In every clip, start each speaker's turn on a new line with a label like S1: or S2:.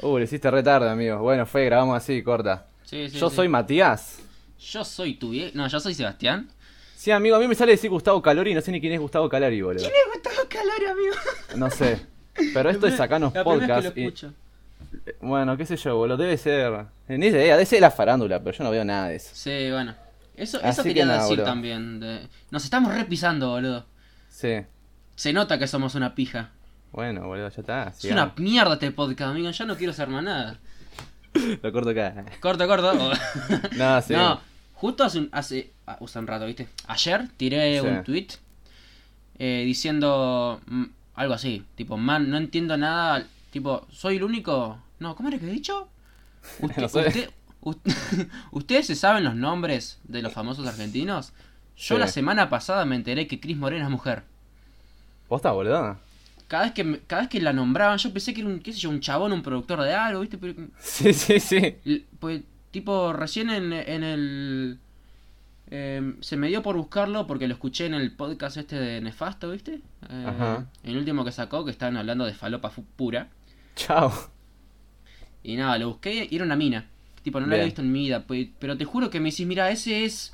S1: Uh, le hiciste re tarde, amigos. Bueno, fue, grabamos así, corta.
S2: Sí, sí,
S1: Yo
S2: sí.
S1: soy Matías.
S2: Yo soy tu vie- No, yo soy Sebastián.
S1: Sí, amigo, a mí me sale decir Gustavo Calori y no sé ni quién es Gustavo Calori, boludo. ¿Quién
S2: Eh, Me gustó calor, amigo.
S1: es? No sé. Pero esto es sacanos podcast. y- eh,
S2: lo escucho.
S1: bueno, qué sé yo, boludo. Debe ser. eh, Ni idea, debe ser la farándula, pero yo no veo nada de eso.
S2: Sí, bueno. Eso,
S1: Así
S2: eso
S1: que
S2: quería
S1: nada,
S2: decir
S1: boludo.
S2: también. de- Nos estamos repisando, boludo.
S1: Sí.
S2: Se nota que somos una pija.
S1: Bueno, boludo, ya está.
S2: Es una mierda este podcast, amigo. Yo no quiero ser más nada.
S1: sigamos. Lo corto acá.
S2: Corto, corto.
S1: No, sí.
S2: No, justo hace un, hace, ah, hace un rato, ¿viste? Ayer tiré
S1: Sí.
S2: un tweet eh, diciendo mm, algo así, tipo, man, no entiendo nada, tipo, soy el único... No, ¿cómo era que he dicho? Usted-
S1: No sé.
S2: usted- us- ¿Ustedes se saben los nombres de los famosos argentinos? Yo
S1: Sí.
S2: la semana pasada me enteré que Cris Morena es mujer.
S1: ¿Posta, boludo?
S2: Cada vez, que, me- cada vez que la nombraban, yo pensé que era un, qué sé yo, un chabón, un productor de algo, ¿viste? Pero
S1: Sí, sí, sí.
S2: L- Pues, tipo, recién en, en el. em, se me dio por buscarlo porque lo escuché en el podcast este de Nefasto, ¿viste? Eh,
S1: Ajá.
S2: El último que sacó, que estaban hablando de falopa fu- pura.
S1: Chao.
S2: Y nada, lo busqué y era una mina. Tipo, no la
S1: Bien.
S2: había visto en mi vida. pues, pero te juro que me decís, mira, ese es.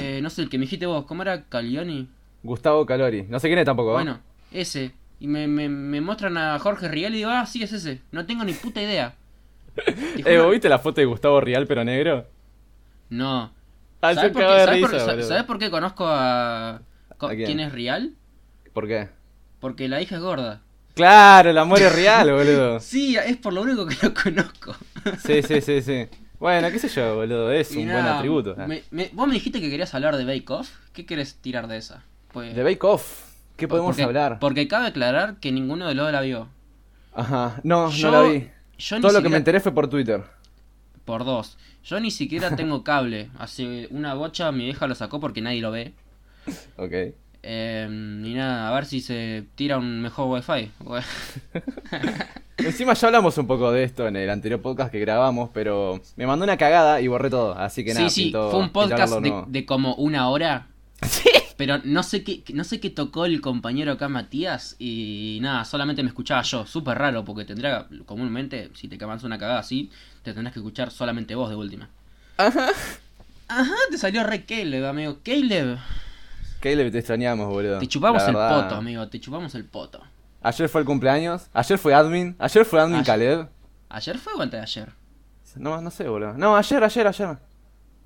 S2: eh, no sé, el que me dijiste vos, ¿cómo era? Calioni.
S1: Gustavo Calori. No sé quién es tampoco. ¿eh?
S2: Bueno, ese. Y me, me, me muestran a Jorge Riel y digo, ah, sí, es ese. No tengo ni puta idea. Te
S1: Eh,
S2: juro-
S1: ¿vos ¿viste la foto de Gustavo Rial pero negro?
S2: No.
S1: Ah,
S2: ¿Sabes
S1: yo
S2: por, qué,
S1: cago de
S2: sabés por-
S1: risa,
S2: sa-
S1: boludo.
S2: sabés por qué conozco a. co-
S1: ¿A quién?
S2: quién? es Rial?
S1: ¿Por qué?
S2: Porque la hija es gorda.
S1: Claro, el amor es real, boludo.
S2: Sí, es por lo único que lo conozco.
S1: Sí, sí, sí, sí. Bueno, qué sé yo, boludo, es
S2: Y
S1: un
S2: nada,
S1: buen atributo. ¿eh?
S2: me- me- vos me dijiste que querías hablar de Bake Off. ¿Qué querés tirar de esa? Pues,
S1: De Bake Off, ¿qué
S2: por-
S1: podemos
S2: porque-
S1: hablar?
S2: Porque cabe aclarar que ninguno de los dos la vio.
S1: Ajá, no,
S2: Yo-
S1: no la vi.
S2: Yo
S1: Todo
S2: ni
S1: lo
S2: siquiera-
S1: que me enteré fue por Twitter.
S2: Por dos. Yo ni siquiera tengo cable. Hace una bocha mi vieja lo sacó porque nadie lo ve.
S1: Ok.
S2: Eh, y nada, a ver si se tira un mejor wifi.
S1: Encima ya hablamos un poco de esto en el anterior podcast que grabamos, pero me mandó una cagada y borré todo, así que nada,
S2: sí, sí,
S1: pintó
S2: fue un podcast
S1: quitarlo,
S2: de,
S1: no.
S2: de como una hora.
S1: Sí.
S2: Pero no sé qué, no sé qué tocó el compañero acá Matías y nada, solamente me escuchaba yo, súper raro, porque tendría, comúnmente, si te camas una cagada así, te tendrás que escuchar solamente vos de última.
S1: Ajá.
S2: Ajá, te salió re Caleb, amigo. Caleb,
S1: Caleb, te extrañamos, boludo.
S2: te chupamos
S1: La
S2: el
S1: verdad.
S2: poto, amigo, te chupamos el poto.
S1: Ayer fue el cumpleaños, ayer fue admin, ayer fue admin
S2: Ayer-
S1: Caleb.
S2: ¿Ayer fue o antes de ayer?
S1: No, no sé, boludo. No, ayer, ayer, ayer.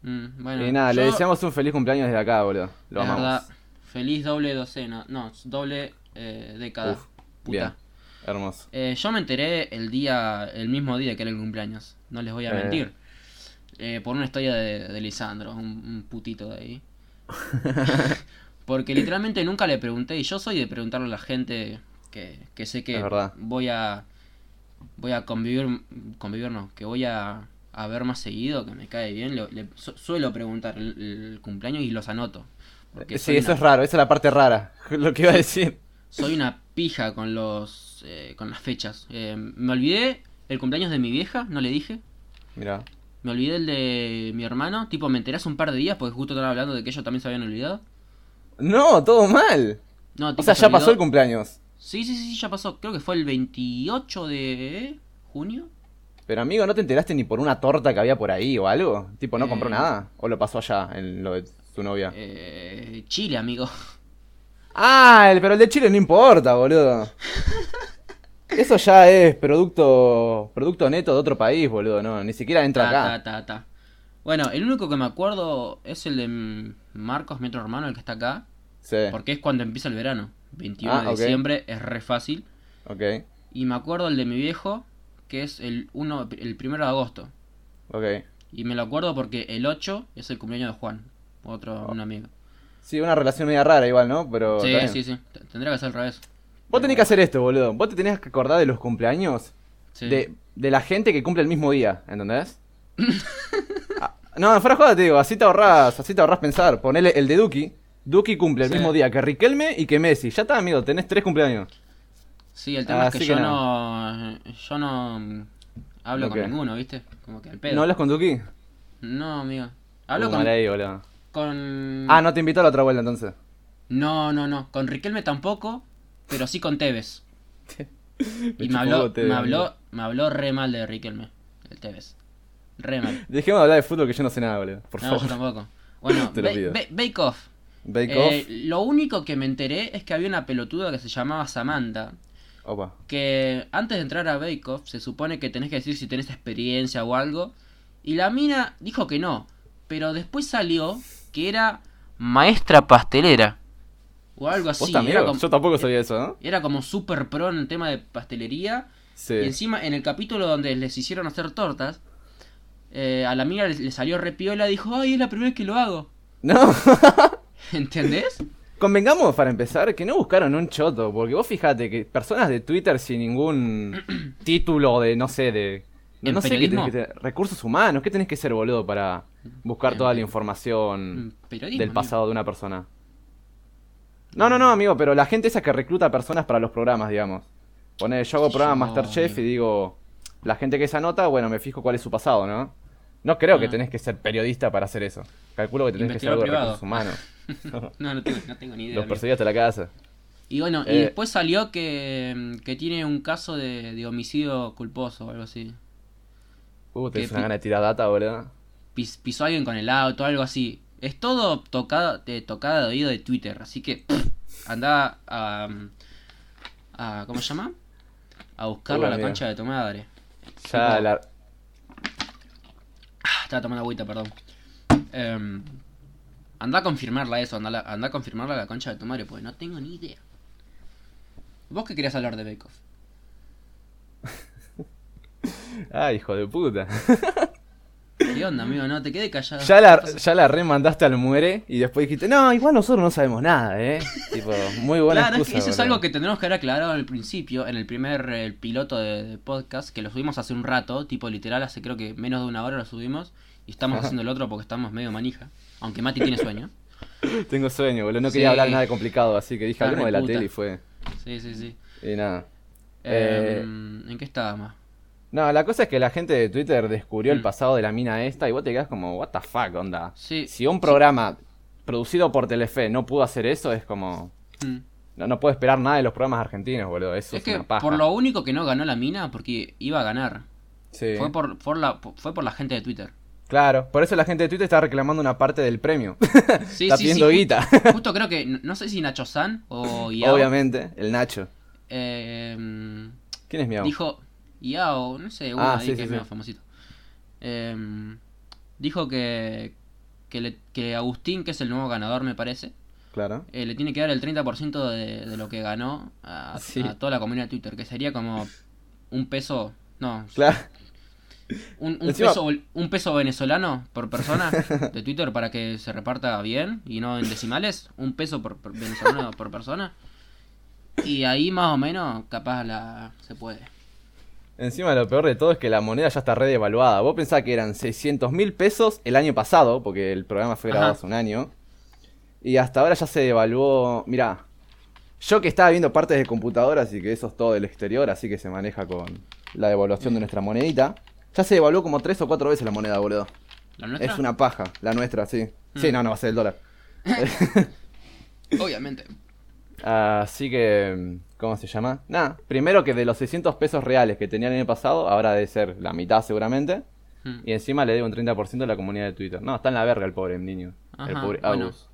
S2: Mm, bueno,
S1: y nada, le
S2: yo,
S1: deseamos un feliz cumpleaños desde acá, boludo. Lo
S2: la
S1: amamos.
S2: verdad, feliz doble docena, no, doble eh, década.
S1: Uf,
S2: puta.
S1: Bien. Hermoso.
S2: Eh, yo me enteré el día, el mismo día que era el cumpleaños, no les voy a
S1: Eh.
S2: mentir. Eh, por una historia de, de Lisandro, un, un putito de ahí. Porque literalmente nunca le pregunté, y yo soy de preguntarle a la gente que, que sé que
S1: Es verdad.
S2: voy a voy a convivir, convivir no, que voy a, a ver más seguido, que me cae bien, le, le su- suelo preguntar el, el cumpleaños y los anoto. Porque
S1: sí,
S2: soy
S1: eso
S2: una-
S1: es raro, esa es la parte rara. Lo que iba a decir.
S2: soy una pija con los eh, con las fechas. Eh, me olvidé el cumpleaños de mi vieja, no le dije.
S1: Mira.
S2: Me olvidé el de mi hermano. Tipo, me enteré hace un par de días porque justo estaban hablando de que ellos también se habían olvidado.
S1: No, todo mal.
S2: No,
S1: O
S2: tipo,
S1: sea,
S2: se
S1: ya
S2: olvidó-
S1: pasó el cumpleaños.
S2: Sí, sí, sí, ya pasó. Creo que fue el 28 de junio.
S1: Pero amigo, ¿no te enteraste ni por una torta que había por ahí o algo? Tipo, ¿no compró
S2: Eh.
S1: nada? ¿O lo pasó allá en lo de su novia?
S2: Eh, Chile, amigo.
S1: Ah, el, pero el de Chile no importa, boludo. Eso ya es producto producto neto de otro país, boludo. No, ni siquiera entra acá.
S2: Ta, ta, ta, ta. Bueno, el único que me acuerdo es el de mm, Marcos, mi otro hermano, el que está acá.
S1: Sí.
S2: Porque es cuando empieza el verano. 21
S1: Ah,
S2: de
S1: ok.
S2: diciembre, es re fácil.
S1: Ok,
S2: Y me acuerdo el de mi viejo, que es el 1, el primero de agosto.
S1: ok.
S2: Y me lo acuerdo porque el 8 es el cumpleaños de Juan,
S1: Ah.
S2: otro, un amigo.
S1: Sí, una relación media rara igual, ¿no? Pero.
S2: sí,
S1: Oh, está bien.
S2: sí, sí, T- tendría que ser al revés.
S1: Vos tenés que hacer esto, boludo. Vos te tenés que acordar de los cumpleaños
S2: Sí.
S1: de, de la gente que cumple el mismo día, ¿entendés? Ah, no, fuera de joda te digo, así te ahorrás, así te ahorrás pensar. Ponele el de Duki. Duki cumple el
S2: Sí.
S1: mismo día que Riquelme y que Messi. Ya está, amigo, tenés tres cumpleaños.
S2: Sí, el tema
S1: Ah,
S2: es que,
S1: así que
S2: yo no. Yo no. mm, Hablo
S1: Ok.
S2: con ninguno, ¿viste? Como que al pedo.
S1: ¿No hablas con Duki?
S2: No, amigo. Hablo
S1: Uh,
S2: con, Mm.
S1: mal ahí, boludo.
S2: con.
S1: Ah, no te invitó a la otra vuelta entonces.
S2: No, no, no. Con Riquelme tampoco, pero sí con Tevez. Y me
S1: chupó
S2: habló,
S1: Tevez,
S2: me habló, me habló re mal de Riquelme, el Tevez. Re mal.
S1: Dejemos de hablar de fútbol que yo no sé nada, boludo. Por
S2: no, yo
S1: favor.
S2: tampoco. Bueno,
S1: Te lo
S2: Ba-
S1: pido.
S2: Ba- Bake Off.
S1: Bake
S2: Eh, lo único que me enteré es que había una pelotuda que se llamaba Samantha.
S1: Off. Opa.
S2: Que antes de entrar a Bake Off se supone que tenés que decir si tenés experiencia o algo. Y la mina dijo que no. Pero después salió que era maestra pastelera. O algo así.
S1: ¿Vos también?
S2: Era como, Eh,
S1: Yo tampoco sabía eso, ¿no?
S2: era como super pro en el tema de pastelería.
S1: Sí.
S2: Y encima, en el capítulo donde les hicieron hacer tortas, eh, a la mina le, le salió repiola, dijo, ay, es la primera vez que lo hago.
S1: No.
S2: ¿Entendés?
S1: Convengamos para empezar que no buscaron un choto, porque vos fijate que personas de Twitter sin ningún título de, no sé, de...
S2: ¿En
S1: No sé qué
S2: periodismo?
S1: tenés que tener. Recursos humanos, ¿qué tenés que ser, boludo, para buscar
S2: En
S1: toda la
S2: peri-
S1: información
S2: Mm, Periodismo,
S1: Mm. del
S2: amigo.
S1: pasado de una persona? No, no, no, amigo, pero la gente esa que recluta personas para los programas, digamos. Pone, yo hago
S2: Sí,
S1: programa
S2: yo,
S1: Masterchef y
S2: amigo.
S1: digo, la gente que se anota, bueno, me fijo cuál es su pasado, ¿no? No creo que
S2: Ah.
S1: tenés que ser periodista para hacer eso. Calculo que tenés que ser
S2: Investigador
S1: algo de
S2: privado.
S1: recursos humanos.
S2: No, no tengo, no tengo ni idea.
S1: Los
S2: amigo.
S1: perseguí hasta la casa.
S2: Y bueno, y
S1: Eh.
S2: después salió que, mm, que tiene un caso de, de homicidio culposo o algo así.
S1: Uh, tenés
S2: Que
S1: una
S2: pi-
S1: gana de tirar data, boludo.
S2: Pis- pisó a alguien con el auto, algo así. Es todo tocada de, tocada de oído de Twitter, así que anda a, mm, a- ¿Cómo se llama? A buscarlo
S1: Uy,
S2: a la
S1: amigo.
S2: concha de tu madre.
S1: Ya
S2: Sí,
S1: la...
S2: Ah, Estaba tomando agüita, perdón. Em, anda a confirmarla eso, anda, a- anda a confirmarla a la concha de tu madre, pues no tengo ni idea. ¿Vos qué querías hablar de Bake Off?
S1: Ay, Ah, hijo de puta.
S2: ¿Qué onda, amigo? No, te quedé callado.
S1: Ya la, ya la remandaste al muere y después dijiste, no, igual nosotros no sabemos nada, eh. tipo, muy buena
S2: Claro, es
S1: excusa.
S2: que eso es
S1: boludo.
S2: algo que tendremos que haber aclarado al principio, en el primer eh, piloto de, de podcast, que lo subimos hace un rato, tipo literal, hace creo que menos de una hora lo subimos, y estamos haciendo el otro porque estamos medio manija, aunque Mati tiene sueño.
S1: Tengo sueño, boludo. No quería
S2: Sí.
S1: hablar nada de complicado, así que dije,
S2: La
S1: hablemos de la
S2: reputa.
S1: tele y fue.
S2: Sí, sí, sí.
S1: Y nada.
S2: Eh,
S1: Eh,
S2: ¿En qué estábamos?
S1: No, la cosa es que la gente de Twitter descubrió el
S2: Mm.
S1: pasado de la mina esta y vos te quedás como, what the fuck, onda.
S2: Sí.
S1: Si un programa producido por Telefe no pudo hacer eso, es como.
S2: Mm.
S1: No, no puedo esperar nada de los programas argentinos, boludo. Eso es,
S2: Es que
S1: una paja.
S2: por lo único que no ganó la mina, porque iba a ganar,
S1: Sí.
S2: fue, por, por la, fue por la gente de Twitter.
S1: Claro, por eso la gente de Twitter está reclamando una parte del premio.
S2: Sí,
S1: está
S2: sí,
S1: pidiendo
S2: sí, ju-
S1: guita.
S2: Justo creo que, no- no sé si Nacho San o Iao,
S1: Obviamente, el Nacho.
S2: eh,
S1: ¿Quién es mi abuelo?
S2: Dijo, Yao, no sé, uno
S1: Ah,
S2: ahí
S1: sí,
S2: que
S1: sí,
S2: es
S1: sí.
S2: medio famosito. Em, dijo que, que, le- que Agustín, que es el nuevo ganador, me parece,
S1: Claro.
S2: eh, le tiene que dar el 30% de, de lo que ganó a,
S1: Sí.
S2: a toda la comunidad de Twitter, que sería como un peso, no,
S1: Claro.
S2: un, un
S1: Encima-
S2: peso, bol- un peso venezolano por persona de Twitter para que se reparta bien y no en decimales, un peso por, por venezolano por persona. Y ahí más o menos capaz la se puede.
S1: Encima lo peor de todo es que la moneda ya está re devaluada. Vos pensás que eran 600 mil pesos el año pasado, porque el programa fue grabado
S2: Ajá.
S1: hace un año. Y hasta ahora ya se devaluó. Mirá, yo que estaba viendo partes de computadora, así que eso es todo del exterior, así que se maneja con la devaluación de nuestra monedita. Ya se devaluó como tres o cuatro veces la moneda, boludo.
S2: ¿La nuestra?
S1: Es una paja, la nuestra, sí. Sí,
S2: Mm.
S1: no, no va a ser el dólar.
S2: Obviamente.
S1: Así que, ¿cómo se llama? Nada, primero que de los 600 pesos reales que tenía el año pasado, ahora debe ser la mitad seguramente.
S2: Mm.
S1: Y encima le debo un 30% a la comunidad de Twitter. No, está en la verga el pobre niño. el
S2: Ajá,
S1: pobre
S2: bueno.
S1: Agus.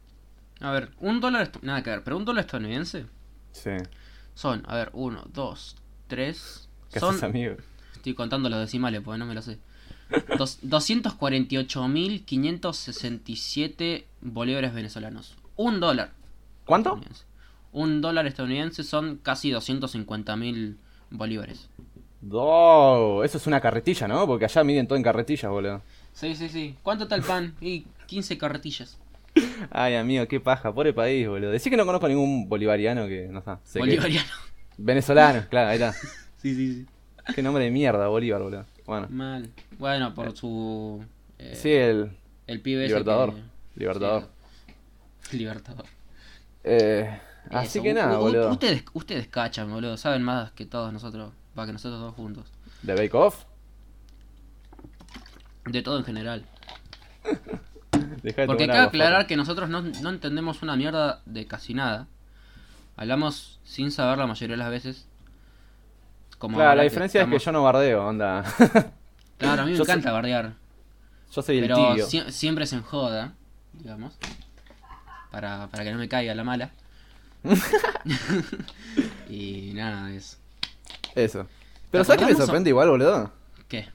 S2: A ver, un dólar. est- Nada que ver, pero un dólar estadounidense
S1: Sí.
S2: son, a ver, uno, dos, tres.
S1: ¿Qué
S2: Son.
S1: haces, amigo?
S2: Estoy contando los decimales porque no me lo sé. Dos- 248.567 bolívares venezolanos. Un dólar.
S1: ¿Cuánto?
S2: estadounidense. Un dólar estadounidense son casi 250.000 bolívares.
S1: No, eso es una carretilla, ¿no? Porque allá miden todo en carretillas, boludo.
S2: Sí, sí, sí. ¿Cuánto está el pan? Y 15 carretillas.
S1: Ay, amigo, qué paja, pobre país, boludo. Decí que no conozco ningún bolivariano que, no está. sé que-
S2: Bolivariano.
S1: Venezolano, claro, ahí está.
S2: Sí, sí, sí.
S1: Qué nombre de mierda, Bolívar, boludo. Bueno.
S2: Mal. Bueno, por su. eh,
S1: Sí, el
S2: El pibe ese
S1: Libertador.
S2: que-
S1: Libertador.
S2: Sí, Libertador.
S1: Eh, así
S2: Eso,
S1: que
S2: u-
S1: nada,
S2: u-
S1: boludo.
S2: Ustedes, ustedes cachan, boludo. Saben más que todos nosotros. Va, que nosotros dos juntos.
S1: ¿De Bake Off?
S2: De todo en general.
S1: Dejá de
S2: Porque
S1: tomar
S2: cabe
S1: agua,
S2: aclarar que nosotros no, no entendemos una mierda de casi nada. Hablamos sin saber la mayoría de las veces. como
S1: Claro,
S2: ahora
S1: la diferencia es que yo
S2: estamos-
S1: no bardeo, onda.
S2: Claro, a mí me
S1: yo soy-
S2: encanta bardear.
S1: yo soy el
S2: Pero
S1: tibio.
S2: sie- siempre se enjoda, digamos. Para, para que no me caiga la mala. y nada, es.
S1: Eso. Pero
S2: ¿Te
S1: ¿sabes qué me
S2: acordás?
S1: sorprende igual, boludo?
S2: ¿Qué?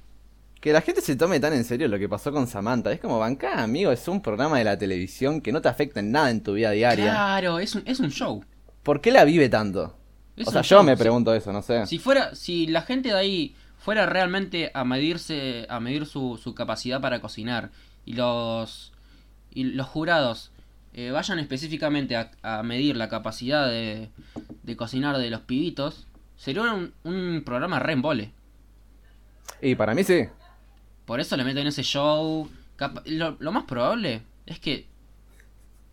S1: Que la gente se tome tan en serio lo que pasó con Samantha. Es como, bancá, amigo, es un programa de la televisión que no te afecta en nada en tu vida diaria.
S2: Claro, es un, es un show.
S1: ¿Por qué la vive tanto?
S2: Es
S1: o
S2: un
S1: sea,
S2: show,
S1: yo me
S2: sí.
S1: pregunto eso, no sé.
S2: Si fuera, si la gente de ahí fuera realmente a medirse, a medir su, su capacidad para cocinar y los y los jurados eh, vayan específicamente a, a medir la capacidad de, de cocinar de los pibitos, sería un, un programa re embole.
S1: Y para mí sí.
S2: Por eso le meten ese show. Capa- Lo, lo más probable es que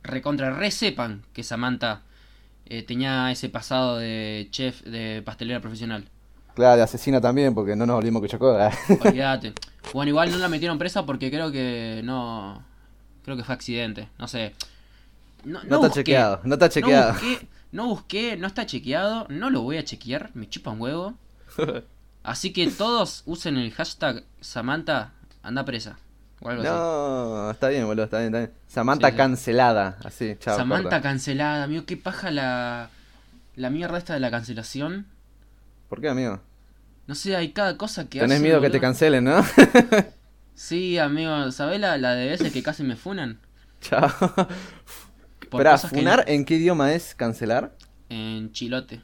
S2: recontra re sepan que Samantha eh, tenía ese pasado de chef, de pastelera profesional.
S1: Claro, de asesina también, porque no nos olvidemos que chocó.
S2: Olvídate. Bueno, igual no la metieron presa porque creo que no. Creo que fue accidente. No sé. No,
S1: No,
S2: no
S1: está
S2: busqué.
S1: chequeado, no está chequeado.
S2: No busqué, no busqué, no está chequeado. No lo voy a chequear. Me chupa un huevo. Así que todos usen el hashtag Samantha anda presa. O algo así.
S1: No, está bien, boludo, está bien, está bien. Samantha
S2: Sí, sí.
S1: cancelada, así, chao.
S2: Samantha
S1: corta.
S2: cancelada, amigo, qué paja la, la mierda esta de la cancelación.
S1: ¿Por qué, amigo?
S2: No sé, hay cada cosa que
S1: Tenés
S2: hacen,
S1: miedo que
S2: boludo.
S1: te cancelen, ¿no?
S2: Sí, amigo, ¿sabés la, la de veces que casi me funan?
S1: chao.
S2: Por
S1: Esperá,
S2: cosas que
S1: ¿funar en qué idioma es cancelar?
S2: no- En chilote.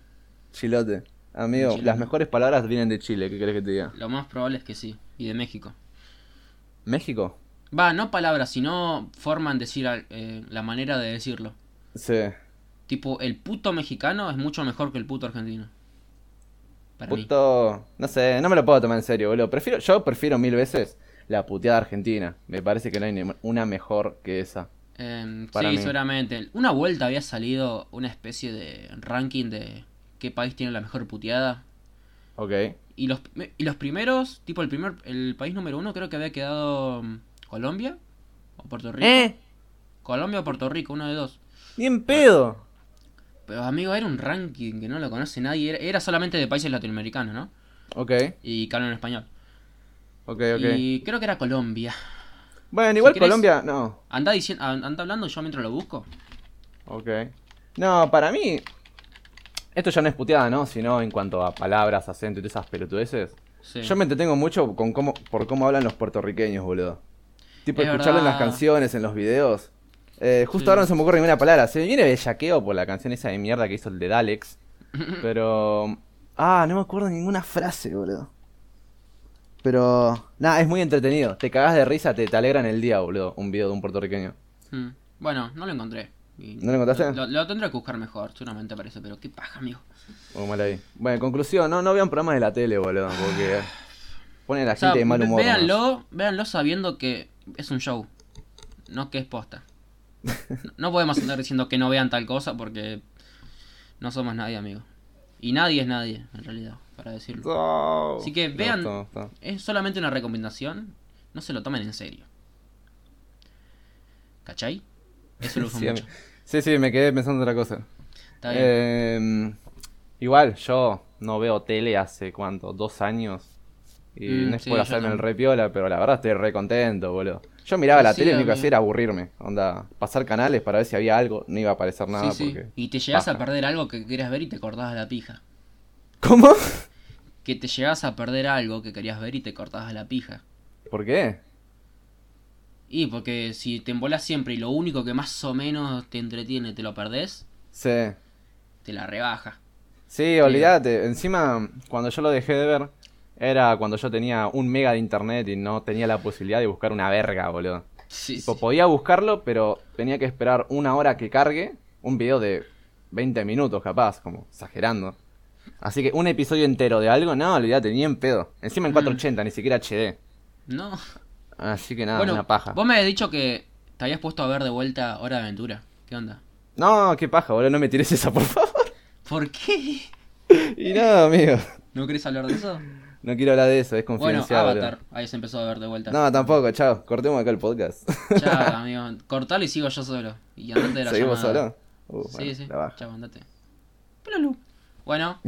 S1: Chilote. Amigo,
S2: En Chile.
S1: las mejores palabras vienen de Chile, ¿qué querés que te diga?
S2: Lo más probable es que sí. Y de México.
S1: ¿México?
S2: Va, no palabras, sino forman decir al- eh, la manera de decirlo.
S1: Sí.
S2: Tipo, el puto mexicano es mucho mejor que el puto argentino. Para mí.
S1: Puto. No sé, no me lo puedo tomar en serio, boludo. Prefiero, yo prefiero mil veces la puteada argentina. Me parece que no hay ni una mejor que esa.
S2: Em,
S1: Para
S2: sí,
S1: mí.
S2: seguramente. Una vuelta había salido una especie de ranking de qué país tiene la mejor puteada.
S1: Ok.
S2: Y los, y los primeros, tipo el primer, el país número uno creo que había quedado mm, Colombia o Puerto Rico.
S1: ¿Eh?
S2: Colombia o Puerto Rico, uno de dos.
S1: ¡Bien pedo!
S2: Pero amigo, era un ranking que no lo conoce nadie. Era, era solamente de países latinoamericanos, ¿no?
S1: Ok,
S2: Y que hablan español.
S1: ok, ok.
S2: Y creo que era Colombia.
S1: Bueno, igual
S2: querés-
S1: Colombia, no.
S2: Anda diciendo, an- anda hablando yo mientras lo busco.
S1: Ok. No, para mí. Esto ya no es puteada, ¿no? Sino en cuanto a palabras, acento y todas esas pelotudeces.
S2: Sí.
S1: Yo me entretengo mucho con cómo, por cómo hablan los puertorriqueños, boludo. Tipo,
S2: Es
S1: escucharlo en las
S2: verdad.
S1: canciones, en los videos. Eh, justo
S2: Sí.
S1: ahora no se me ocurre ninguna palabra. Se me viene bellaqueo por la canción esa de mierda que hizo el de Dalex. Pero. Ah, no me acuerdo ninguna frase, boludo. Pero. Nada, es muy entretenido. Te cagás de risa, te, te alegran el día, boludo. Un video de un puertorriqueño.
S2: Mm. Bueno, no lo encontré. Y
S1: ¿No lo encontraste?
S2: Lo, lo tendré que buscar mejor, seguramente aparece, pero qué paja, amigo.
S1: Oh, mal ahí. Bueno, en conclusión, no, no vean programas de la tele, boludo. Porque. Ponen a la
S2: O sea,
S1: gente de mal
S2: ve-
S1: humor. nomás.
S2: véanlo, véanlo sabiendo que es un show, no que es posta. No- No podemos andar diciendo que no vean tal cosa porque no somos nadie, amigo. Y nadie es nadie, en realidad, para decirlo.
S1: No.
S2: Así que
S1: No,
S2: vean-
S1: no, no.
S2: Es solamente una recomendación, no se lo tomen en serio. ¿Cachai? Eso lo uso
S1: Sí,
S2: mucho.
S1: a mí- sí, sí, me quedé pensando en otra cosa.
S2: Está bien.
S1: Eh, igual, yo no veo tele hace cuánto, dos años. Y
S2: Mm,
S1: no es
S2: sí,
S1: por
S2: yo
S1: hacerme el
S2: también.
S1: repiola, pero la verdad estoy re contento, boludo. Yo miraba
S2: Sí,
S1: la
S2: sí,
S1: tele y lo
S2: a
S1: único que
S2: mí-
S1: hacía era aburrirme. Onda, pasar canales para ver si había algo, no iba a aparecer nada
S2: sí, sí.
S1: porque.
S2: Y te llegas a
S1: paja.
S2: perder algo que querías ver y te cortabas la pija.
S1: ¿Cómo?
S2: Que te llegas a perder algo que querías ver y te cortabas la pija.
S1: ¿Por qué?
S2: Y porque si te embolás siempre y lo único que más o menos te entretiene te lo perdés,
S1: Sí.
S2: te la rebaja.
S1: Sí, olvídate. Encima, cuando yo lo dejé de ver, era cuando yo tenía un mega de internet y no tenía la posibilidad de buscar una verga, boludo.
S2: Sí,
S1: Tipo,
S2: sí.
S1: podía buscarlo, pero tenía que esperar una hora que cargue un video de 20 minutos, capaz, como exagerando. Así que un episodio entero de algo, no, olvídate, ni en pedo. Encima en
S2: Mm.
S1: 480, ni siquiera HD.
S2: No.
S1: Así que nada,
S2: bueno,
S1: Ah, una paja.
S2: vos me habías dicho que te habías puesto a ver de vuelta Hora de Aventura. ¿Qué onda?
S1: No, qué paja, boludo, no me tires esa, por favor.
S2: ¿Por qué?
S1: Y nada, amigo.
S2: ¿No querés hablar de eso?
S1: No quiero hablar de eso, es
S2: Bueno,
S1: confidencial. boludo.
S2: Avatar. Ahí se empezó a ver de vuelta.
S1: No, tampoco, chao. Cortemos acá el podcast.
S2: Chao, amigo. Cortalo y sigo yo solo. Y andate de la
S1: ¿Seguimos
S2: llamada.
S1: solo? Uh,
S2: sí,
S1: bueno,
S2: sí.
S1: la baja.
S2: Chao, andate. Pelalu. Bueno.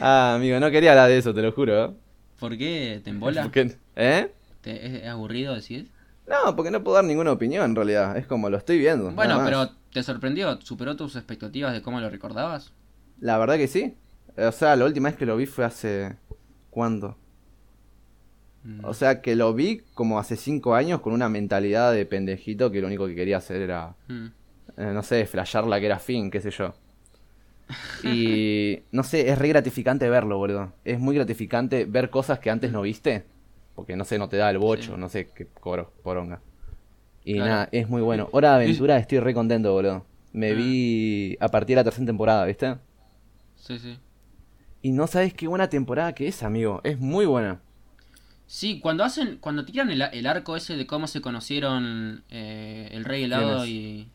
S1: Ah, amigo, no quería hablar de eso, te lo juro. ¿eh?
S2: ¿Por qué? ¿Te embola?
S1: Porque- ¿Eh?
S2: ¿Te- es, es aburrido, decís?
S1: No, porque no puedo dar ninguna opinión en realidad. Es como lo estoy viendo.
S2: Bueno,
S1: nada más.
S2: pero ¿te sorprendió? ¿Superó tus expectativas de cómo lo recordabas?
S1: La verdad que sí. O sea, la última vez que lo vi fue hace. ¿Cuándo?
S2: Mm.
S1: O sea, que lo vi como hace cinco años con una mentalidad de pendejito que lo único que quería hacer era.
S2: Mm.
S1: eh, no sé, flashear la que era fin, qué sé yo. Y no sé, es re gratificante verlo, boludo. Es muy gratificante ver cosas que antes no viste. Porque no sé, no te da el bocho,
S2: Sí.
S1: no sé qué coro, poronga. Y
S2: Claro.
S1: nada, es muy bueno. Hora de aventura, estoy re contento, boludo. Me
S2: Ah.
S1: vi a partir de la tercera temporada, ¿viste?
S2: Sí, sí.
S1: Y no sabes qué buena temporada que es, amigo. Es muy buena.
S2: Sí, cuando hacen, cuando tiran el, el arco ese de cómo se conocieron eh, el Rey Helado y,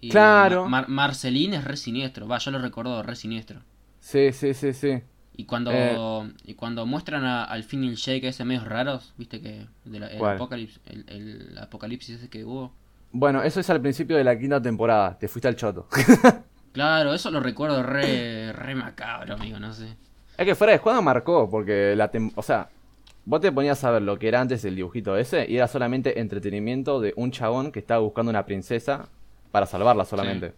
S2: y
S1: Claro.
S2: Mar- Marcelín es re siniestro, va, yo lo recuerdo, re siniestro.
S1: Sí, sí, sí, sí.
S2: Y cuando
S1: Eh.
S2: y cuando muestran a- al Finn y el Jake ese medios raros, viste que de la- el,
S1: ¿Cuál?
S2: apocalipsis, el, el apocalipsis ese que hubo.
S1: Bueno, eso es al principio de la quinta temporada. Te fuiste al choto.
S2: Claro, eso lo recuerdo re, re macabro, amigo, no sé.
S1: Es que fuera de juego marcó, porque la tem- o sea, vos te ponías a ver lo que era antes el dibujito ese y era solamente entretenimiento de un chabón que estaba buscando una princesa para salvarla solamente.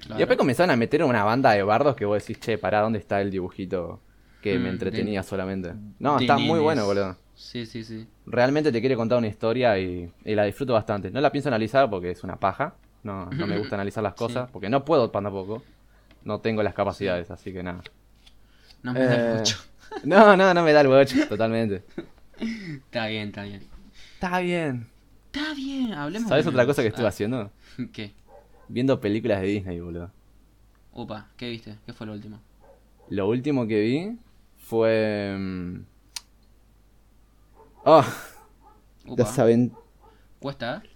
S2: Claro.
S1: Y después comenzaron a meter una banda de bardos que vos decís, che, pará, ¿dónde está el dibujito que
S2: Mm,
S1: me
S2: de-
S1: entretenía solamente? No,
S2: De
S1: está muy
S2: nenes.
S1: bueno, boludo.
S2: Sí, sí, sí.
S1: Realmente te quiere contar una historia y, y la disfruto bastante. No la pienso analizar porque es una paja. No, no me gusta analizar las
S2: Sí.
S1: cosas porque no puedo pan tampoco. No tengo las capacidades, así que nada.
S2: No me da el
S1: Eh,
S2: bocho.
S1: No, no, no me da el bocho, totalmente.
S2: Está bien, está bien.
S1: Está bien.
S2: Está bien, hablemos
S1: ¿Sabes
S2: de
S1: otra
S2: menos.
S1: cosa que estuve
S2: Ah,
S1: haciendo?
S2: ¿Qué?
S1: Viendo películas de Disney, boludo.
S2: Upa, ¿qué viste? ¿Qué fue lo último?
S1: Lo último que vi fue. mm, Ah,
S2: Upa,
S1: las aven-
S2: cuesta. ¿eh?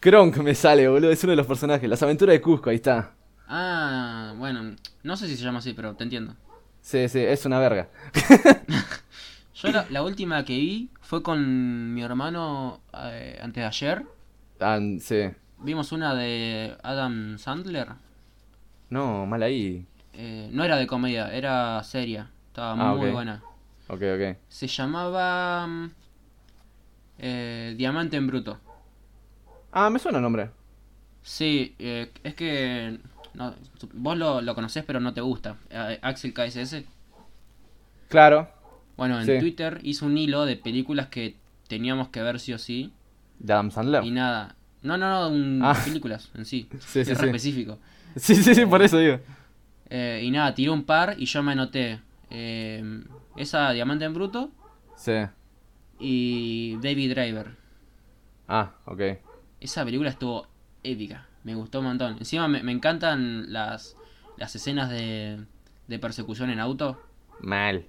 S1: Kronk me sale, boludo. Es uno de los personajes. Las aventuras de Cusco, ahí está.
S2: Ah, bueno, no sé si se llama así, pero te entiendo.
S1: Sí, sí, es una verga.
S2: Yo la, la última que vi fue con mi hermano eh, antes de ayer.
S1: Ah, sí.
S2: Vimos una de Adam Sandler.
S1: No, mal ahí.
S2: Eh, no era de comedia, era seria. Estaba
S1: Ah,
S2: muy
S1: ok.
S2: buena.
S1: Ok, ok.
S2: Se llamaba mm, eh, Diamante en Bruto.
S1: Ah, me suena el nombre.
S2: Sí, eh, es que no, sup- vos lo, lo conocés pero no te gusta. Eh, Axel KSS.
S1: Claro.
S2: Bueno, en
S1: Sí.
S2: Twitter hizo un hilo de películas que teníamos que ver sí o sí.
S1: De Adam Sandler.
S2: Y nada. No, no, no, un-
S1: Ah.
S2: películas en sí.
S1: Sí,
S2: es
S1: sí,
S2: re
S1: sí.
S2: específico.
S1: Sí, sí, sí, por eso digo.
S2: Eh, y nada, tiró un par y yo me anoté. eh, esa Diamante en Bruto
S1: Sí.
S2: y Baby Driver.
S1: Ah, ok.
S2: Esa película estuvo épica. Me gustó un montón. Encima me, me encantan las, las escenas de, de persecución en auto.
S1: Mal.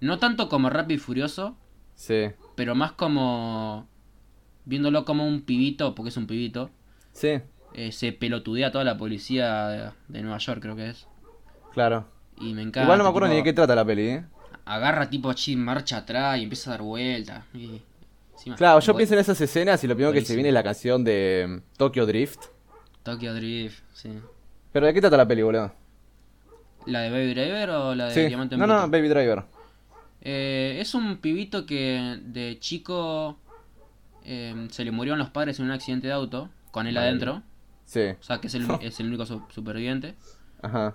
S2: No tanto como Rápido y Furioso,
S1: Sí.
S2: pero más como viéndolo como un pibito, porque es un pibito,
S1: Sí,
S2: eh, se pelotudea a toda la policía de, de Nueva York, creo que es.
S1: claro.
S2: Y me encanta.
S1: Igual no me acuerdo
S2: tipo,
S1: ni de qué trata la peli, ¿eh?
S2: Agarra tipo así, marcha atrás y empieza a dar vueltas. y- encima-
S1: Claro, yo
S2: Bu-
S1: pienso en esas escenas y lo primero que se
S2: Buenísimo.
S1: viene es la canción de mm, Tokyo Drift.
S2: Tokyo Drift, sí.
S1: ¿Pero de qué trata la peli, boludo?
S2: ¿La de Baby Driver o la de
S1: Sí.
S2: Diamante en
S1: No, no,
S2: Bruto?
S1: Baby Driver.
S2: Eh, es un pibito que de chico eh, se le murieron los padres en un accidente de auto, con él
S1: Vale.
S2: adentro.
S1: Sí.
S2: O sea, que es el, es el único su- superviviente.
S1: Ajá.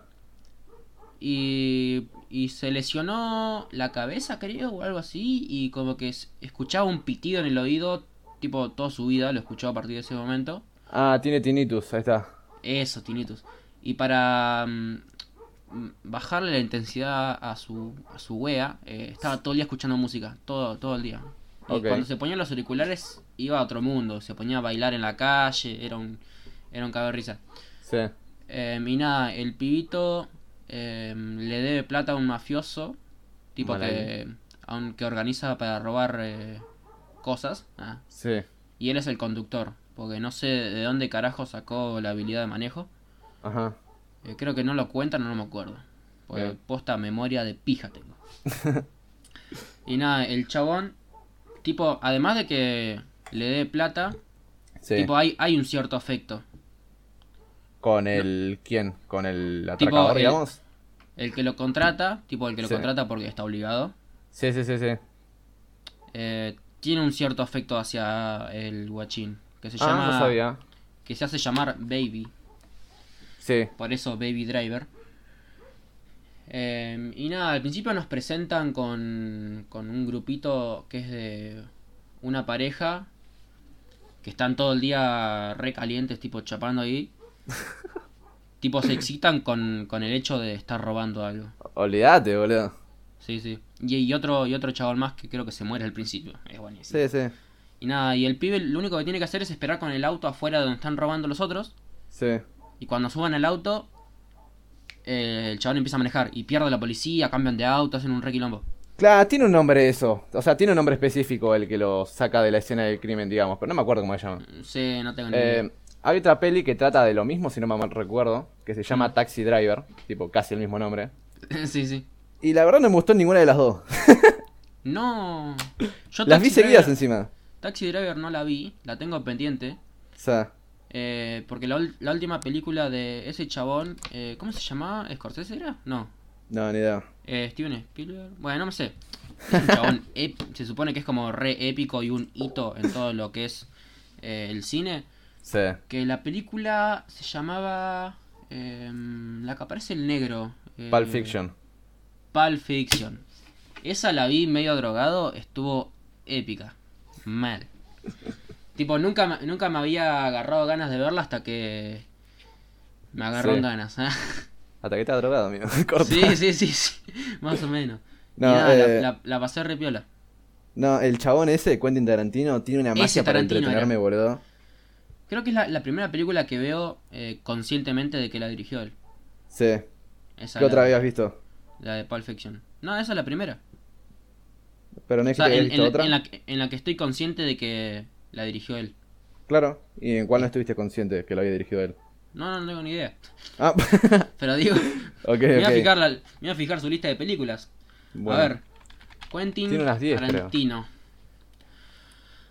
S2: Y, y se lesionó la cabeza, creo, o algo así. Y como que es- escuchaba un pitido en el oído, tipo toda su vida, lo escuchó a partir de ese momento.
S1: Ah, tiene tinnitus, ahí está.
S2: Eso, tinnitus. Y para mm, mm, bajarle la intensidad a su, a su wea, eh, estaba todo el día escuchando música, todo, todo el día. Y
S1: Ok.
S2: cuando se ponía los auriculares, iba a otro mundo, se ponía a bailar en la calle, era un, era un cago de risa.
S1: Sí.
S2: Eh, y nada, el pibito eh, le debe plata a un mafioso, tipo
S1: Mal
S2: que, a un- que organiza para robar eh, cosas. ah,
S1: Sí.
S2: y él es el conductor, porque no sé de dónde carajo sacó la habilidad de manejo.
S1: Ajá.
S2: Eh, creo que no lo cuentan, no me acuerdo. Porque
S1: Bien.
S2: posta memoria de pija tengo. y nada, el chabón, tipo, además de que le dé plata,
S1: Sí.
S2: tipo, hay, hay un cierto afecto.
S1: ¿Con el quién? ¿Con el
S2: Tipo,
S1: atracador,
S2: el-
S1: digamos?
S2: El que lo contrata, tipo el que lo
S1: Sí.
S2: contrata porque está obligado,
S1: Sí, sí, sí, sí.
S2: eh, tiene un cierto afecto hacia el guachín. Que se
S1: Ah,
S2: llama.
S1: no sabía.
S2: Que se hace llamar Baby.
S1: Sí.
S2: por eso Baby Driver. Eh, y nada, al principio nos presentan con, con un grupito que es de una pareja que están todo el día re calientes, tipo chapando ahí. tipo se excitan con, con el hecho de estar robando algo.
S1: Olvídate, boludo.
S2: Sí, sí. Y, y otro, y otro chabón más que creo que se muere al principio. Es buenísimo.
S1: Sí, sí.
S2: Y nada, y el pibe lo único que tiene que hacer es esperar con el auto afuera de donde están robando los otros.
S1: Sí.
S2: Y cuando suban al auto, eh, el chabón empieza a manejar y pierde a la policía, cambian de auto, hacen un requilombo.
S1: Claro, tiene un nombre eso. O sea, tiene un nombre específico el que lo saca de la escena del crimen, digamos. Pero no me acuerdo cómo se llama.
S2: No sé, no tengo ni idea.
S1: Eh, hay otra peli que trata de lo mismo, si no me mal recuerdo, que se
S2: Mm.
S1: llama Taxi Driver. Tipo, casi el mismo nombre.
S2: sí, sí.
S1: Y la verdad no me gustó ninguna de las dos.
S2: No. Yo
S1: las vi
S2: Taxi
S1: seguidas
S2: Driver-
S1: encima.
S2: Taxi Driver no la vi, la tengo pendiente.
S1: O sea,
S2: eh, porque la, ul- la última película de ese chabón, eh, ¿cómo se llamaba? ¿Scorsese era? No.
S1: no, ni idea.
S2: Eh, Steven Spielberg. Bueno, no sé. Es un chabón, ép- se supone que es como re épico y un hito en todo lo que es eh, el cine.
S1: Sí.
S2: Que la película se llamaba. em, la que aparece el negro. eh,
S1: Pulp Fiction.
S2: Pulp Fiction. Esa la vi medio drogado, estuvo épica. Mal. tipo, nunca, me- nunca me había agarrado ganas de verla hasta que. Me agarraron
S1: Sí.
S2: ganas. ¿eh?
S1: Hasta que está drogado, amigo. Corta.
S2: sí, sí, sí, sí. Más o menos. Y
S1: No,
S2: nada, la-
S1: eh,
S2: la, la pasé re piola.
S1: No, el chabón ese, Quentin Tarantino, tiene una
S2: Ese
S1: magia para
S2: Tarantino
S1: entretenerme,
S2: era.
S1: boludo.
S2: Creo que es la, la primera película que veo eh, conscientemente de que la dirigió él.
S1: Sí.
S2: Esa
S1: ¿Qué
S2: la-
S1: otra habías visto?
S2: La de Pulp Fiction. No, esa es la primera.
S1: Pero no
S2: O
S1: es que
S2: sea,
S1: te hayas
S2: en, en
S1: visto
S2: la-
S1: otra.
S2: en la, que- en la que estoy consciente de que la dirigió él.
S1: Claro. ¿Y en cuál no estuviste consciente que lo había dirigido él?
S2: No, no, no tengo ni idea.
S1: Ah,
S2: Pero digo,
S1: ok,
S2: me, voy a
S1: ok.
S2: fijar la- me voy a fijar su lista de películas.
S1: Bueno.
S2: A ver, Quentin
S1: Tiene unas 10, creo.
S2: Tarantino.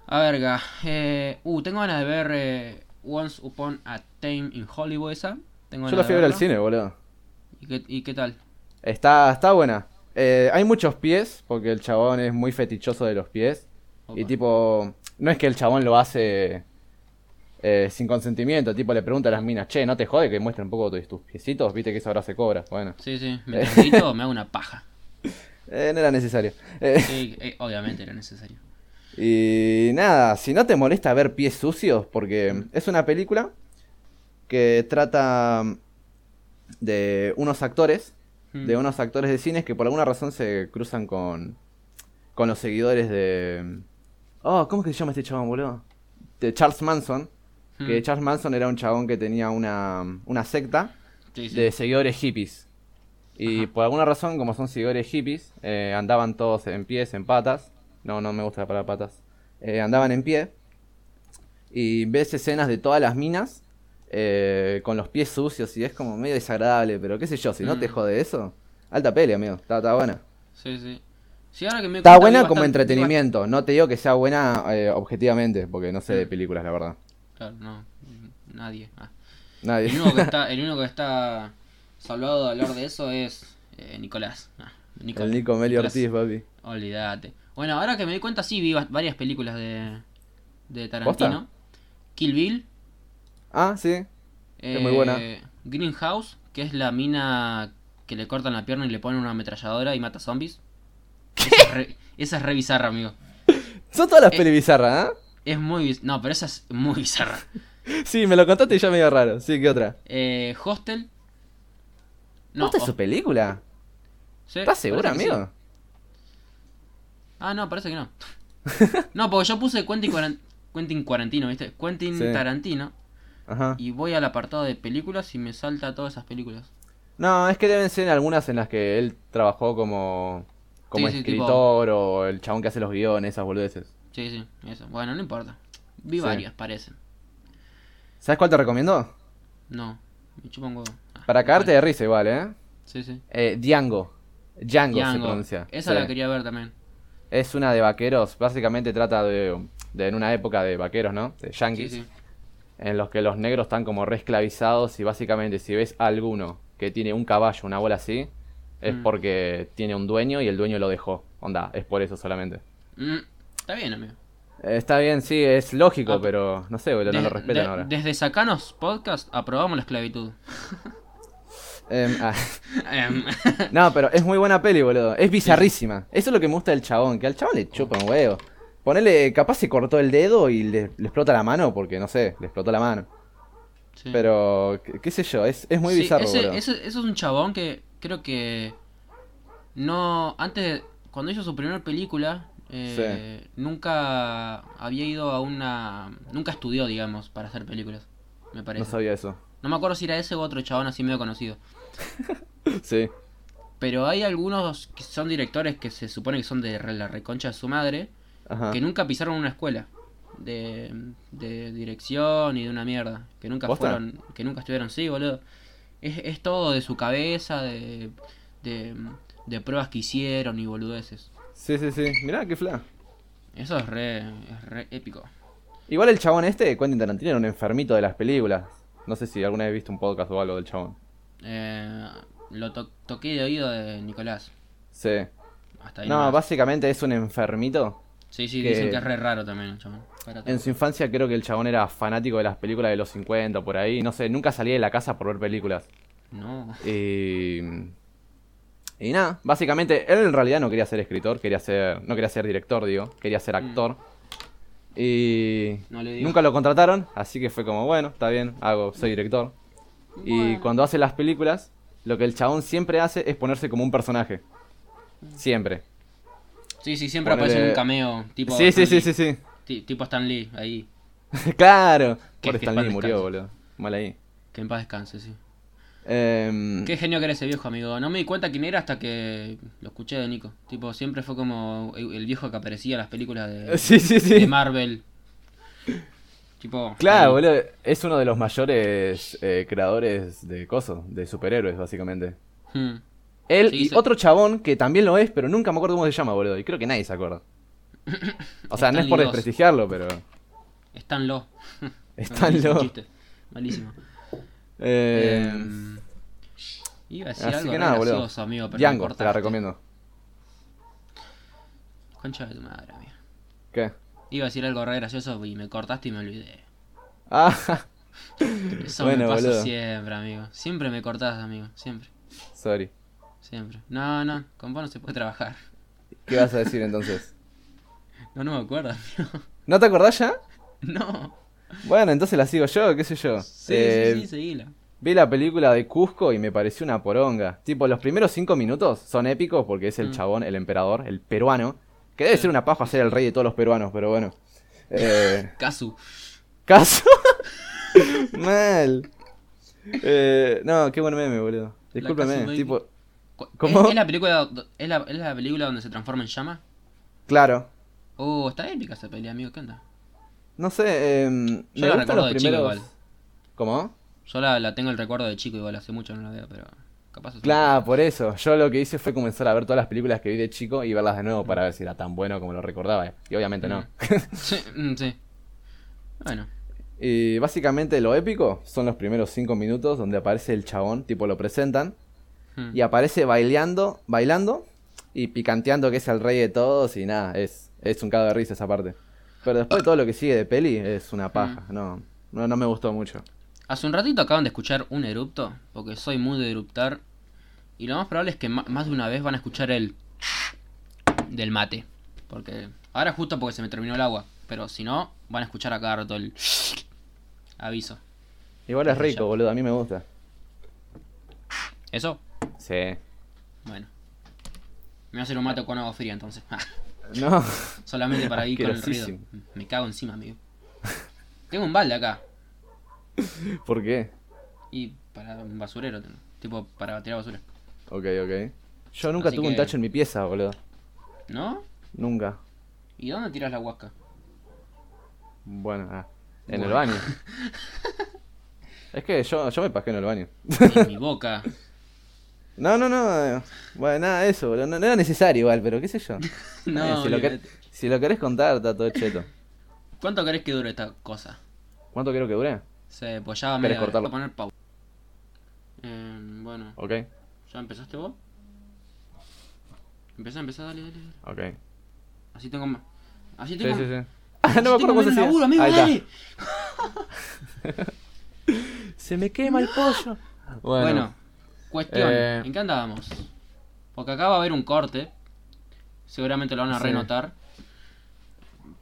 S2: A verga. Eh, uh, tengo ganas de ver eh, Once Upon a Time in Hollywood esa. Tengo
S1: Yo
S2: ganas
S1: la
S2: de
S1: fui a ver al
S2: verla.
S1: cine, boludo.
S2: ¿Y qué, y qué tal?
S1: Está, está buena. Eh, hay muchos pies, porque el chabón es muy fetichoso de los pies. Y
S2: Opa.
S1: tipo, no es que el chabón lo hace eh, sin consentimiento. Tipo, le pregunta a las minas, che, ¿no te jode que muestren un poco tus, tus piecitos? Viste que eso ahora se cobra. Bueno,
S2: Sí, sí. Mientras grito, me hago una paja.
S1: eh, no era necesario. Eh,
S2: Sí, eh, obviamente era necesario.
S1: Y nada, si no te molesta ver pies sucios, porque es una película que trata de unos actores,
S2: Hmm.
S1: de unos actores de cines que por alguna razón se cruzan con, con los seguidores de... Oh, ¿cómo es que se llama este chabón, boludo? De Charles Manson.
S2: Hmm.
S1: Que Charles Manson era un chabón que tenía una, una secta
S2: Sí, sí.
S1: de seguidores hippies. Y
S2: Ajá.
S1: por alguna razón, como son seguidores hippies, eh, andaban todos en pies, en patas. No, no me gusta la palabra patas. Eh, andaban en pie. Y ves escenas de todas las minas eh, con los pies sucios y es como medio desagradable, pero qué sé yo, si no
S2: Mm.
S1: te jode eso. Alta peli, amigo. Está, está buena.
S2: Sí, sí. Sí, ahora que me doy
S1: Está
S2: cuenta, vi
S1: buena como
S2: bastante- Mm.
S1: entretenimiento. No te digo que sea buena eh, objetivamente, porque no sé de películas, la verdad.
S2: vi bast- Claro, no. mm, Nadie. Ah.
S1: Nadie.
S2: El, único que está, el único que está salvado de hablar de eso es eh, Nicolás. Ah, Nico-
S1: El Nico Meli
S2: Nicolás.
S1: Ortiz, papi.
S2: Olvídate. Bueno, ahora que me di cuenta, sí vi va- varias películas de, de Tarantino. Kill Bill. eh,
S1: Ah, sí. Es muy buena.
S2: Greenhouse, que es la mina que le cortan la pierna y le ponen una ametralladora y mata zombies. Esa es re- esa es re bizarra, amigo.
S1: Son todas las
S2: Eh.
S1: pelis bizarras, ¿eh?
S2: Es muy... biz- No, pero esa es muy bizarra.
S1: Sí, me lo contaste y ya medio raro. Sí, ¿qué otra?
S2: Eh, Hostel.
S1: No, ¿Esta es
S2: Hos-
S1: su película?
S2: sí,
S1: ¿Estás segura,
S2: parece que
S1: amigo?
S2: sí. Ah, no, parece que no. no, porque yo puse Quentin, Cuaran- Quentin Cuarantino, ¿viste? Quentin
S1: Sí.
S2: Tarantino.
S1: Ajá.
S2: Y voy al apartado de películas y me salta todas esas películas.
S1: No, es que deben ser algunas en las que él trabajó como, como
S2: Sí, sí, tipo-
S1: escritor o el chabón que hace los guiones, esas boludeces.
S2: Sí, sí, eso. Bueno, no importa. Vi
S1: Sí.
S2: varias, parecen.
S1: ¿Sabes cuál te recomiendo?
S2: No, me chupa un huevo. Ah,
S1: Para cagarte de
S2: bueno.
S1: risa igual, ¿eh?
S2: Sí, sí.
S1: eh Django. Django, se
S2: Django.
S1: pronuncia.
S2: Esa
S1: Sí.
S2: la quería ver también.
S1: Es una de vaqueros. Básicamente trata de, de en una época de vaqueros, ¿no? De
S2: Sí,
S1: yankees.
S2: sí.
S1: en los que los negros están como re esclavizados y básicamente si ves a alguno que tiene un caballo, una bola así, es
S2: Mm.
S1: porque tiene un dueño y el dueño lo dejó. Onda, es por eso solamente.
S2: Mm, está bien, amigo.
S1: Eh, Está bien, sí, es lógico,
S2: Ah,
S1: pero no sé, boludo, no
S2: Des-
S1: lo respetan
S2: de-
S1: ahora.
S2: Desde Sacanos Podcast aprobamos la esclavitud.
S1: Em, ah.
S2: Em,
S1: No, pero es muy buena peli, boludo. Es bizarrísima. Eso es lo que me gusta del chabón, que al chabón le chupa un huevo. Ponele, capaz se cortó el dedo y le, le explota la mano, porque no sé, le explotó la mano.
S2: sí.
S1: Pero, qué, qué sé yo, es, es muy
S2: Sí,
S1: bizarro,
S2: ese,
S1: boludo.
S2: ese- ese es un chabón que creo que no antes de- cuando hizo su primera película eh, nunca había ido a una nunca estudió digamos para hacer películas me
S1: No
S2: parece no,
S1: sabía eso.
S2: me acuerdo si era ese u otro chabón así medio conocido
S1: Sí.
S2: pero hay algunos que son directores que se supone que son de re- la reconcha de su madre
S1: Ajá.
S2: que nunca pisaron una escuela de, de dirección y de una mierda. Que nunca
S1: ¿Posta?
S2: fueron, que nunca estuvieron, sí, boludo. Es, es todo de su cabeza, de, de, de pruebas que hicieron y boludeces.
S1: Sí, sí, sí. Mirá, qué fla.
S2: Eso es re, es re épico.
S1: Igual el chabón este, Quentin Tarantino, era un enfermito de las películas. No sé si alguna vez viste un podcast o algo del chabón.
S2: Eh, lo to- toqué de oído de Nicolás.
S1: Sí.
S2: Hasta ahí
S1: No,
S2: nomás.
S1: básicamente es un enfermito.
S2: Sí, sí,
S1: que-
S2: dicen que es re raro también el chabón. Para todo.
S1: En su infancia creo que el chabón era fanático de las películas de los 50, por ahí. No sé, nunca salía de la casa por ver películas.
S2: No.
S1: Y, Eh, y nada, básicamente él en realidad no quería ser escritor, quería ser, no quería ser director, digo, quería ser actor. Y
S2: Mm. No le digo.
S1: nunca lo contrataron, así que fue como, bueno, está bien, hago, soy director. Y cuando hace las películas, lo que el chabón siempre hace es ponerse como un personaje.
S2: Mm.
S1: Siempre.
S2: Sí, sí, siempre
S1: Ponele-
S2: aparece un cameo. Tipo
S1: Sí, sí,
S2: Stan
S1: sí,
S2: Lee.
S1: sí, sí.
S2: Ti- Tipo Stan Lee, ahí.
S1: claro.
S2: Que-
S1: Por
S2: que
S1: Stan
S2: paz
S1: Lee murió,
S2: descanse.
S1: boludo. Mal ahí.
S2: Que en paz descanse, sí.
S1: Em,
S2: Qué genio que era ese viejo, amigo. No me di cuenta quién era hasta que lo escuché de Nico. Tipo, siempre fue como el el viejo que aparecía en las películas de,
S1: Sí, sí, sí.
S2: de Marvel. Tipo.
S1: Claro,
S2: ahí.
S1: boludo, es uno de los mayores eh, creadores de cosas, de superhéroes, básicamente.
S2: Hmm.
S1: Él
S2: Sí,
S1: y
S2: sí.
S1: otro chabón que también lo es, pero nunca me acuerdo cómo se llama, boludo, y creo que nadie se acuerda. O sea, no es
S2: Stanley
S1: por
S2: dos.
S1: desprestigiarlo, pero
S2: Stan Lo.
S1: están
S2: Malísimo
S1: los...
S2: chiste. Malísimo.
S1: Eh,
S2: Em, iba a decir
S1: así
S2: algo
S1: que
S2: re
S1: nada, boludo.
S2: gracioso, amigo, pero me
S1: Django, te la
S2: cortaste.
S1: recomiendo.
S2: Concha de tu madre, amigo.
S1: ¿Qué?
S2: Iba a decir algo re gracioso y me cortaste y me olvidé.
S1: Ah,
S2: Eso
S1: Bueno,
S2: me pasa
S1: boludo.
S2: siempre, amigo. Siempre me cortás, amigo. Siempre.
S1: sorry.
S2: Siempre. No, no. Con vos no se puede trabajar.
S1: ¿Qué vas a decir entonces?
S2: No, no me acuerdo, amigo.
S1: ¿No te acordás ya?
S2: No.
S1: Bueno, entonces la sigo yo, qué sé yo.
S2: Sí,
S1: Eh,
S2: sí, sí, seguila.
S1: Vi la película de Cusco y me pareció una poronga. Tipo, los primeros cinco minutos son épicos porque es el
S2: Mm.
S1: chabón, el emperador, el peruano. Que debe ser una paja ser el rey de todos los peruanos, pero bueno. Eh,
S2: Casu.
S1: ¿Caso? Mal. Eh, no, qué buen meme, boludo.
S2: Casu
S1: Discúlpeme.
S2: Baby.
S1: Tipo,
S2: Cu-
S1: ¿Cómo?
S2: ¿Es, es la película, do- es, la, es la película donde se transforma en llama?
S1: claro.
S2: Oh, está épica esa pelea, amigo. ¿Qué onda?
S1: No sé, eh, me
S2: Yo la
S1: gustan
S2: recuerdo
S1: los
S2: de chico
S1: primeros.
S2: igual.
S1: ¿Cómo?
S2: Yo la, la tengo el recuerdo de chico, igual hace mucho no la veo, pero capaz. es-
S1: Claro, por eso. Yo lo que hice fue comenzar a ver todas las películas que vi de chico y verlas de nuevo para ver si era tan bueno como lo recordaba. Y obviamente no.
S2: Sí, mm, sí. Bueno,
S1: Y básicamente lo épico son los primeros cinco minutos donde aparece el chabón, tipo lo presentan,
S2: Hmm.
S1: y aparece bailando, bailando y picanteando que es el rey de todos y nada, es, es un cago de risa esa parte. Pero después todo lo que sigue de peli es una paja, no, no, no me gustó mucho.
S2: hace un ratito acaban de escuchar un erupto, porque soy muy de eruptar. Y lo más probable es que ma- más de una vez van a escuchar el. del mate. Porque. Ahora justo porque se me terminó el agua. Pero si no, van a escuchar acá rato el. Aviso.
S1: Igual es
S2: Desde ya.
S1: rico, boludo, a mí me gusta.
S2: ¿Eso?
S1: Sí.
S2: Bueno. Me voy a hacer un mate con agua fría entonces.
S1: No.
S2: Solamente para ir con el ruido.
S1: Asquerosísimo.
S2: Me cago encima, amigo. Tengo un balde acá.
S1: ¿Por qué?
S2: Y para un basurero tengo. Tipo, para tirar basura.
S1: Ok, ok. Yo nunca
S2: Así
S1: tuve un
S2: que-
S1: tacho en mi pieza, boludo.
S2: ¿No?
S1: Nunca.
S2: ¿Y dónde tiras la huasca?
S1: Bueno, ah, en el
S2: Bueno.
S1: baño. es que yo, yo me pasqué en el baño.
S2: En mi boca.
S1: No, no, no. eh, Bueno, nada de eso, boludo. No, no era necesario igual, pero qué sé yo.
S2: No,
S1: Eh, si, lo quer-
S2: olvídate.
S1: si lo querés contar, está todo cheto.
S2: ¿Cuánto querés que dure esta cosa? pues
S1: ¿Cuánto quiero que dure?
S2: Se apoyaba
S1: ¿Querés
S2: media hora.
S1: cortarlo?
S2: Voy a poner pausa. Eh, bueno,
S1: Ok.
S2: ¿ya empezaste vos? Empezá, empezá, dale, dale. dale.
S1: Ok.
S2: Así tengo más. Así
S1: Sí,
S2: tengo.
S1: sí, sí.
S2: así
S1: Ah, no me
S2: tengo
S1: acuerdo cómo se
S2: menos
S1: hacía.
S2: laburo, amigo,
S1: Ahí está.
S2: dale.
S1: Se me quema el pollo. Bueno.
S2: Bueno, cuestión.
S1: eh,
S2: ¿En qué andábamos? Porque acá va a haber un corte. Seguramente lo van a
S1: Sí.
S2: renotar.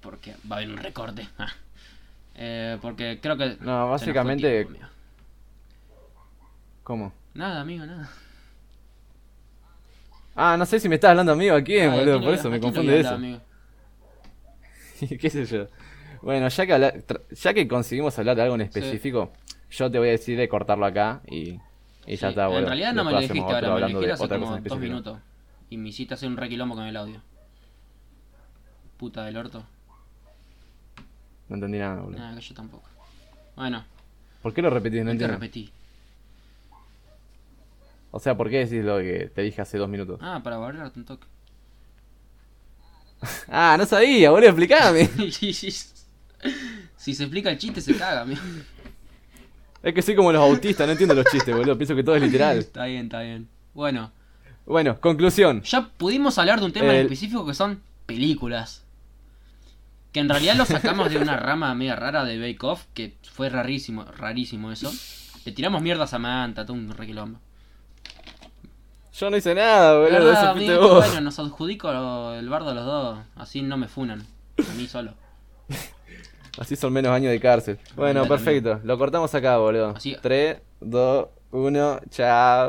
S2: Porque va a haber un recorte. Eh, porque creo que. se nos fue
S1: básicamente-
S2: tiempo, amigo.
S1: ¿Cómo?
S2: Nada, amigo, nada.
S1: Ah, no sé si me estás hablando amigo a quién,
S2: Ay, Ah, ¿a
S1: boludo.
S2: quién
S1: por
S2: le-
S1: eso
S2: a
S1: me
S2: quién le
S1: confunde
S2: hablaba,
S1: eso.
S2: amigo?
S1: ¿Qué sé yo? Bueno, ya que, habla- tra- ya que conseguimos hablar de algo en específico, yo te voy a decir de cortarlo acá y, y
S2: Sí,
S1: ya está, boludo.
S2: En realidad no me lo
S1: Después
S2: dijiste
S1: hacemos otro
S2: ahora, me
S1: hablando
S2: lo
S1: de
S2: dijiste hace
S1: otra cosa
S2: como
S1: en
S2: dos
S1: específico.
S2: minutos. Y me hiciste hacer un requilombo con el audio. Puta del orto.
S1: No entendí nada, boludo.
S2: Nada, que yo tampoco. Bueno,
S1: ¿Por qué lo repetís? No
S2: te
S1: entiendo.
S2: repetí.
S1: O sea, ¿por qué decís lo que te dije hace dos minutos?
S2: Ah, para guardarte un toque.
S1: Ah, no sabía, boludo, explicame.
S2: si se explica el chiste, se caga, amigo.
S1: es que soy como los autistas, no entiendo los chistes, boludo. Pienso que todo es literal.
S2: Está bien, está bien. Bueno,
S1: Bueno, conclusión.
S2: ya pudimos hablar de un tema en
S1: El-
S2: específico que son películas. Que en realidad lo sacamos de una rama media rara de Bake Off, que fue rarísimo, rarísimo eso. Le tiramos mierda a Samantha, todo un requilombo.
S1: Yo no hice nada, boludo.
S2: Verdad,
S1: eso
S2: amigo,
S1: fuiste vos.
S2: Bueno, nos adjudico lo- el bardo a los dos. Así no me funan. A mí solo.
S1: Así son menos años de cárcel. Bueno,
S2: Dale, amigo.
S1: perfecto. Lo cortamos acá, boludo.
S2: Así-
S1: 3, 2, 1, chao.